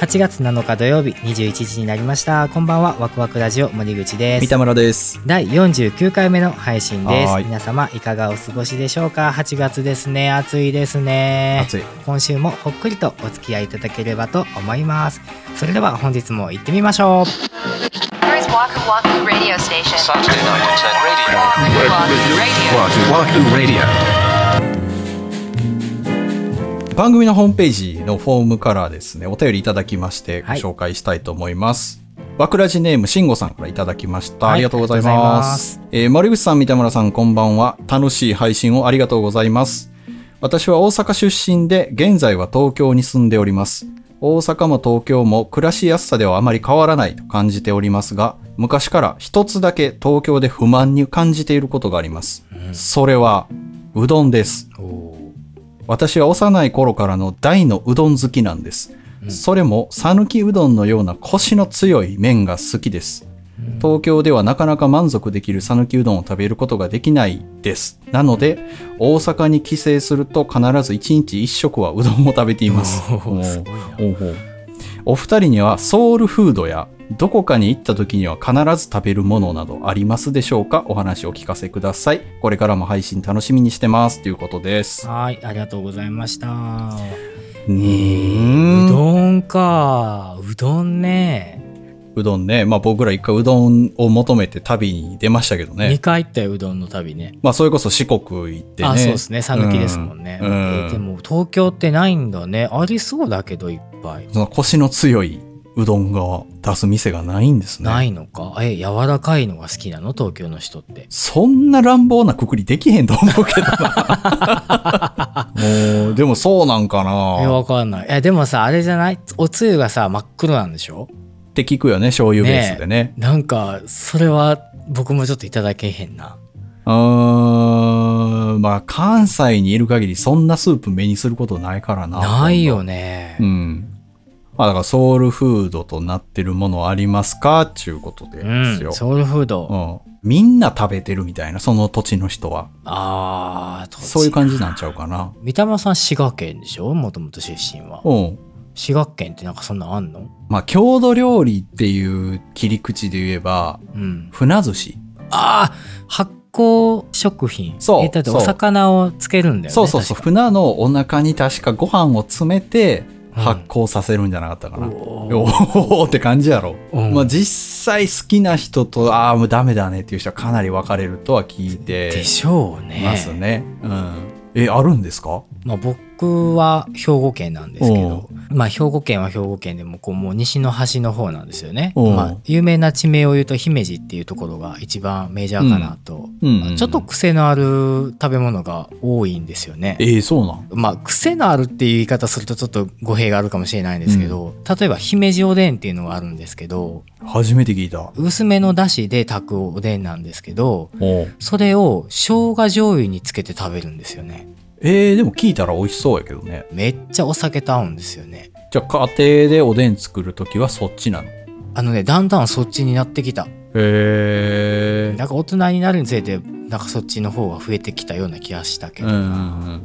8月7日土曜日21時になりましたこんばんはワクワクラジオ森口で三す田村です。第49回目の配信ではすーい皆様いかがお過ごしでしょうか8月ですね暑いですね暑い。今週もほっくりとお付き合いいただければと思いますそれでは本日も行ってみましょう Here's Waku Waku Radio Station. Saturday night at 10 radio. Waku Waku Radio. Waku Waku Radio. 番組のホームページのフォームからですね、お便りいただきましてごはい紹介したいと思います。わくらじネーム、しんごさんからいただきました。はいありがとうございありがとうございま。ますえー森口さん、三田村さん、こんばんは。楽しい配信をありがとうございます。私は大阪出身で、現在は東京に住んでおります。大阪も東京も暮らしやすさではあまり変わらないと感じておりますが、昔から一つだけ東京で不満に感じていることがあります。それは、うどんです。私は幼い頃からの大のうどん好きなんです、それも讃岐うどんのようなコシの強い麺が好きです、東京ではなかなか満足できる讃岐うどんを食べることができないですなので大阪に帰省すると必ず1日1食はうどんを食べていますおーおーお二人にはソウルフードやどこかに行った時には必ず食べるものなどありますでしょうかお話をお聞かせくださいこれからも配信楽しみにしてますということですはいありがとうございましたううんどんかうどんねうどんね、まあ、僕ら一回うどんを求めて旅に出ましたけど二2ね、回行ったようどんの旅ねまあ、それこそ四国行ってねあそうですね讃岐ですもんね、うんえーでも東京ってないんだねありそうだけどいっぱいその腰の強いうどんが出す店がないんですねないのかえ柔らかいのが好きなの東京の人ってそんな乱暴なくくりできへんと思うけど なもうでもそうなんかえなっわかんないえでもさあれじゃないおつゆがさ真っ黒なんでしょて聞くよね醤油ベースでねなんかそれは僕もちょっといただけへんなうーんまあ関西にいる限りそんなスープ目にすることないからなないよね、うん。まあだからソウルフードとなってるものありますかっていうことでうんすよ、ソウルフード、うんみんな食べてるみたいな、その土地の人は。あーそういうじ感じなんちゃうかな。三田村さん滋賀県でしょもともと出身はうん。滋賀県ってなんかそんなんあんのまあ郷土料理っていう切り口で言えば、うん船寿司。ああ発酵食品そうえだってそうお魚をつけるんだよねそうそうそう。確か船のお腹に確かご飯を詰めてうん発酵させるんじゃなかったかな。おーおおーって感じやろ。うんまあ実際好きな人と、ああ、もうダメだねっていう人はかなり分かれるとは聞いて。でしょうねますね。うん。え、あるんですかまあ、僕は兵庫県なんですけど、まあ、兵庫県は兵庫県でもこうもう西の端の方なんですよね、おうまあ、有名な地名を言うと姫路っていうところが一番メジャーかなと、うんうんちょっと癖のある食べ物が多いんですよねえ。ー、そうなんまあ、癖のあるっていう言い方するとちょっと語弊があるかもしれないんですけど、例えば姫路おでんっていうのがあるんですけど初めて聞いた。薄めのだしで炊くおでんなんですけどおそれを生姜醤油につけて食べるんですよねえー、でも聞いたら美味しそうやけどね。めっちゃお酒と合うんですよねじゃあ家庭でおでん作るときはそっちなのへあのね、だんだんそっちになってきた。えなんか大人になるにつれて、なんかそっちの方が増えてきたような気がしたけうんどうんうな、ん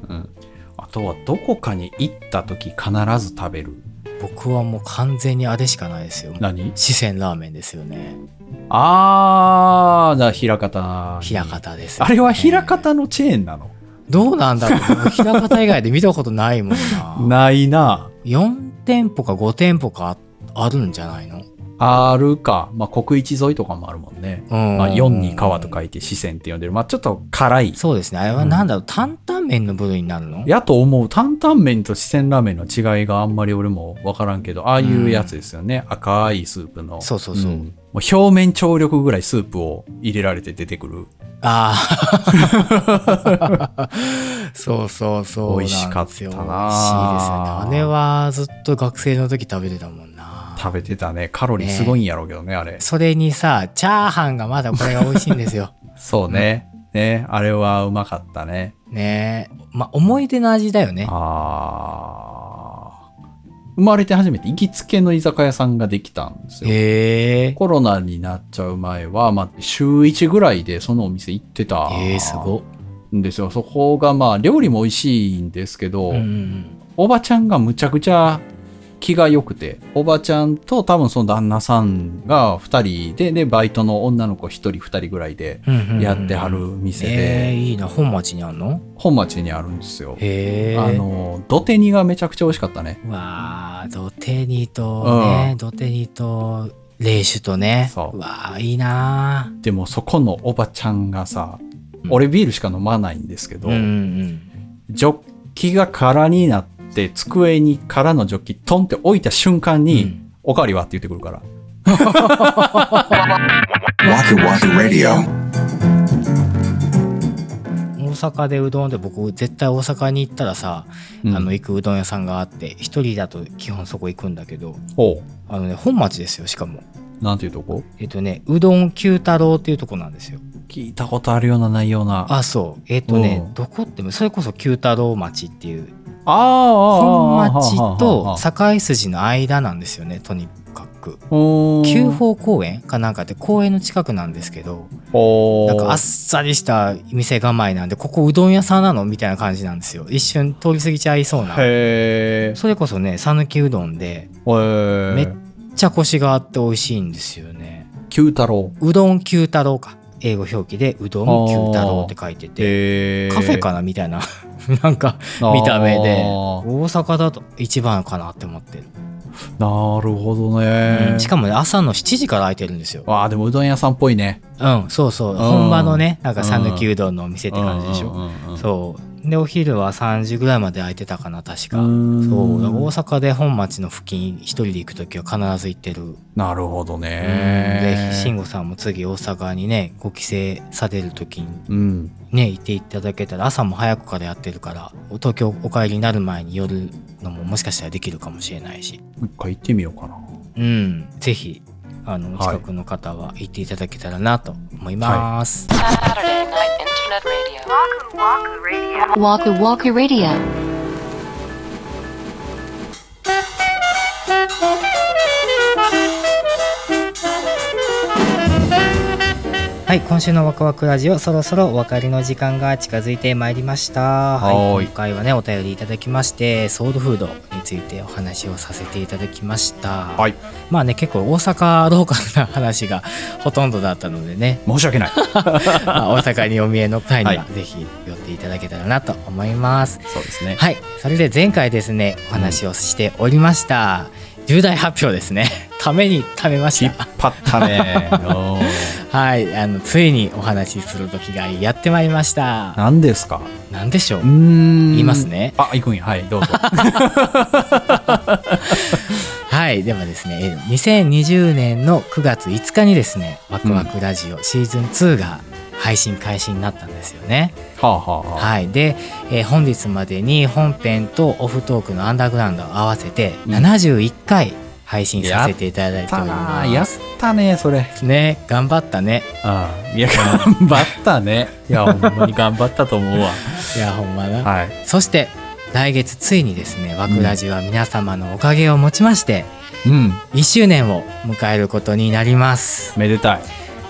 うん。あとはどこかに行ったとき必ず食べる。僕はもう完全にあれしかないですよ。何四川ラーメンですよね。あー、だから枚方。枚。方です、あれは枚ね方のチェーンなのどうなんだろう。僕枚方以外で見たことないもんな。 ないな。 4店舗か5店舗かあるんじゃないのあるか。まあ、国一沿いとかもあるもんね。うん。まあ、4に川と書いて四川って呼んでる。まあ、ちょっと辛いそうですね。あれはなんだろう。担々麺の部類になるのやと思う担々麺と四川ラーメンの違いがあんまり俺も分からんけどああいうやつですよね、赤いスープのそうそうそうんもう表面張力ぐらいスープを入れられて出てくるああ。 そうそうそうなんですよ。美味しかった美な味しいですよね。あれはずっと学生の時食べてたもんな。食べてたねカロリーすごいんやろうけどねあれそれにさ、チャーハンがまだこれが美味しいん ですよ。そうね、ねあれはうまかったねねえ。まあ、思い出の味だよね。あー生まれて初めて行きつけの居酒屋さんができたんですよへえ。コロナになっちゃう前は、まあ、週1ぐらいでそのお店行ってたえー、すごっ。んですよ。そこがまあ料理も美味しいんですけど、うんうんうん。おばちゃんがむちゃくちゃ気が良くて、おばちゃんと多分その旦那さんが2人で、で、バイトの女の子1人2人ぐらいでうんうんうんうんやってはる店えー、で、いいな本町にあんの本町にあるんですよ。へえあの、土手煮がめちゃくちゃ美味しかったね。わあドテニとね、うんドテニとレーシュとねそうわあいいなでもそこのおばちゃんがさう、ん俺ビールしか飲まないんですけど、うんうんジョッキが空になって、机に空のジョッキトンって置いた瞬間に、うんおかわりはって言ってくるから。 Waku Waku Radio. 大阪でうどんで僕絶対大阪に行ったらさ、うんあの行くうどん屋さんがあって一人だと基本そこ行くんだけどおう。あのね本町ですよしかもなんていうとこえっとねうどん九太郎っていうとこなんですよ聞いたことあるようなないような。ああそうえっとねうんどこってそれこそ九太郎町っていうああ本あ町とさ堺筋の間なんですよねとにかく九九方公園かなんかって公園の近くなんですけど方なんかあっさりした店構えなんでここうどん屋さんなのみたいな感じなんですよ一瞬通り過ぎちゃいそうなへえ。それこそね讃岐うどんでめえっめっちゃコシがあって美味しいんですよね九太郎。うどん九太郎か英語表記でうどん九太郎って書いててへえ。カフェかなみたいな なんか見た目であ大ー阪だと一番かなって思ってる、なるほどね。うんしかもね朝の7時から開いてるんですよわあ、でもうどん屋さんっぽいね。うんそうそううん本場のねなんか讃岐うどんのお店って感じでしうんょうんうんそうでお昼は3時ぐらいまで開いてたかな確かうーんそうだから大阪で本町の付近一人で行く時は必ず行ってるなるほどぜね。ひ慎吾さんも次大阪にねご帰省される時にうん。ねいていただけたら朝も早くからやってるからお東京お帰りになる前に寄るのももしかしたらできるかもしれないし一回行ってみようかな。うんぜひあのおはい近くの方は行っていただけたらなと思います、 Saturday night internet radio. Waku Waku Radio. Waku Waku Radio. はい、今週のワクワクラジオそろそろお別れの時間が近づいてまいりましたははーいい今回はねお便りいただきましてソウルフードについてお話をさせていただきましたはいまあね結構大阪ローカルな話がほとんどだったので ね申し訳ない。まあ大阪にお見えの際にははぜひ寄っていただけたらなと思いますそうですね。はいそれで前回ですねお話をしておりました、重大発表ですね ためにためまし引った張った ね。おーはい、あのついにお話しする時がやってまいりました。何ですかなんでしょう。ん言います。ね。あ、行くんや。 はい、どうぞ。はい、ではですね、えー2020年の9月5日にですね、ワクワクラジオシーズン2が配信開始になったんですよね。はあはあはあ。はい、で、えー本日までに本編とオフトークのアンダーグラウンドを合わせてうん71回配信させていただいやっておたりなまあやっす。たね、それ。ね、頑張ったね。うん。いや、頑張ったね。いや、ほんまに頑張ったと思うわ。いや、ほんまな。はい。そして来月ついにですねワクラジは皆様のおかげをもちましてうん。 1周年を迎えることになりますめでたい。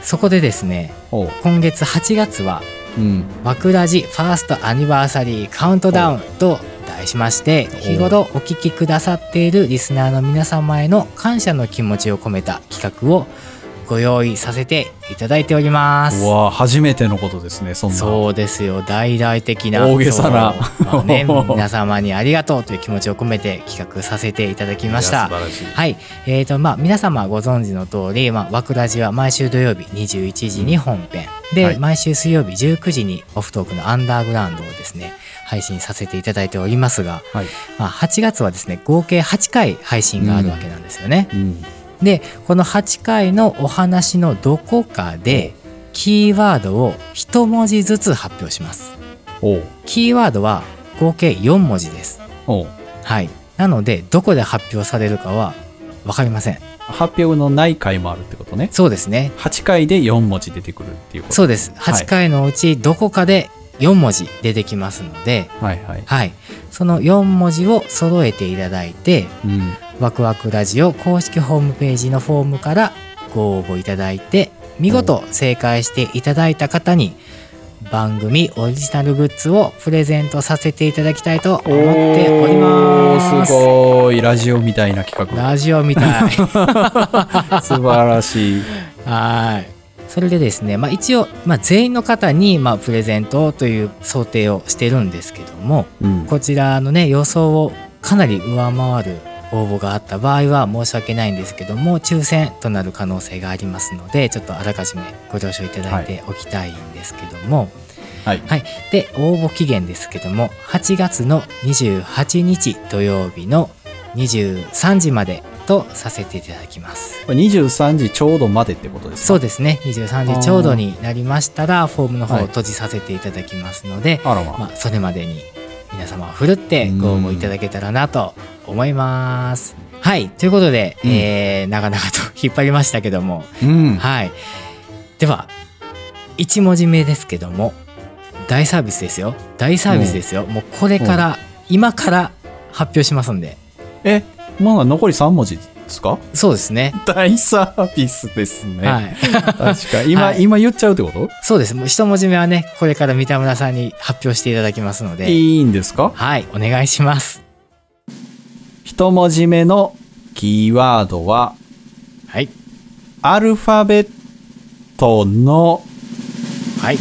そこでですねおう。今月8月はうん。ワクラジファーストアニバーサリーカウントダウンと題しましてお日頃お聞きくださっているリスナーの皆様への感謝の気持ちを込めた企画をご用意させていただいておりますうわあ初めてのことですね、そんな。そうですよ大々的な大げさなそうまあ ね、皆様にありがとうという気持ちを込めて企画させていただきましいたや素晴らしい。はいえーとまあ、皆様ご存知の通り、まあ、ワクラジは毎週土曜日21時に本編、で、はい毎週水曜日19時にオフトークのアンダーグラウンドをですね配信させていただいておりますが、はい。まあ、8月はですね合計8回配信があるわけなんですよね。うん。でこの8回のお話のどこかでキーワードを1文字ずつ発表しますおう。キーワードは合計4文字ですおう。はいなのでどこで発表されるかは分かりません発表のない回もあるってことね。そうですね8回で4文字出てくるっていうこと。そうですはい8回のうちどこかで4文字出てきますのではいはい。はいその4文字を揃えていただいてうん。ワクワクラジオ公式ホームページのフォームからご応募いただいて見事正解していただいた方に番組オリジナルグッズをプレゼントさせていただきたいと思っております。すごいラジオみたいな企画ラジオみたい。 素晴らしいはい。それでですね、まあ、一応、まあ、全員の方に、まあ、プレゼントという想定をしてるんですけどもうん こちらのね予想をかなり上回る応募があった場合は申し訳ないんですけども抽選となる可能性がありますのでちょっとあらかじめご了承いただいておきたいんですけども、はいはい、で応募期限ですけども8月の28日土曜日の23時までとさせていただきます。これ23時ちょうどまでってことですそかうですね23時ちょうどになりましたらフォームの方を閉じさせていただきますので、あらままあ、それまでに皆様ふるってご応募いただけたらなと思います。はいということで、うんえー長々と引っ張りましたけども、うんはいでは1文字目ですけども大サービスですよ大サービスですよ、もうこれから、今から発表しますんでえまだ残り3文字ですかそうですね大サービスですね、はい 確か今、はい今言っちゃうってことそうですもう1文字目はねこれから三田村さんに発表していただきますのでいいんですかはい、お願いします。一文字目のキーワードははい、アルファベットの はい、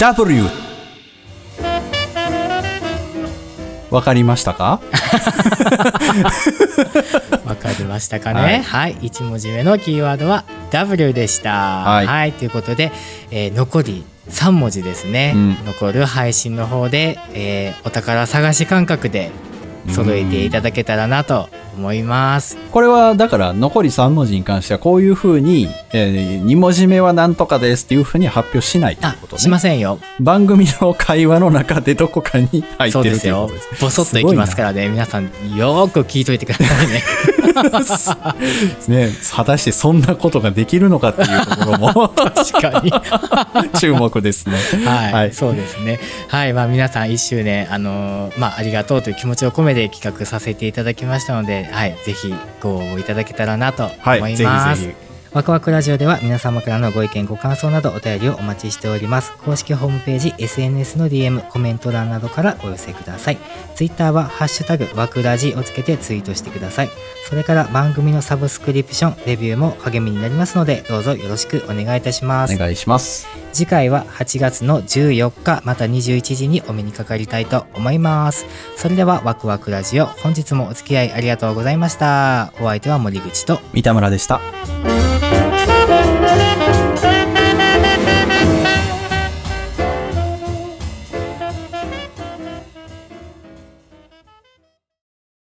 W わかりましたかわかりましたかはねい。はい、一文字目のキーワードは W でした。は、はいいということで、えー残り3文字ですね。うん残る配信の方で、えーお宝探し感覚で揃えていただけたらなと思います。これはだから残り3文字に関してはこういうふうに、え2文字目はなんとかですっていうふうには発表しないっていあうこと、ねしませんよ。番組の会話の中でどこかに入っそうてでるとすいうこよとです。ボソッといきますからね。皆さんよーく聞いといてください ね。すごいなね 果たしてそんなことができるのかっていうところも 確かに。注目ですねはい、はいそうですね。はい、まあ皆さん一周年あのーまあありがとうという気持ちを込めて企画させていただきましたので、はい、ぜひご応募いただけたらなと思います。はいぜひぜひワクワクラジオでは皆様からのご意見ご感想などお便りをお待ちしております公式ホームページ SNS の DM コメント欄などからお寄せください Twitter は「ハッシュタグワクラジ」をつけてツイートしてくださいそれから番組のサブスクリプションレビューも励みになりますのでどうぞよろしくお願いいたしますお願いします次回は8月の14日また21時にお目にかかりたいと思いますそれではワクワクラジオ本日もお付き合いありがとうございましたお相手は森口と三田村でした Radio.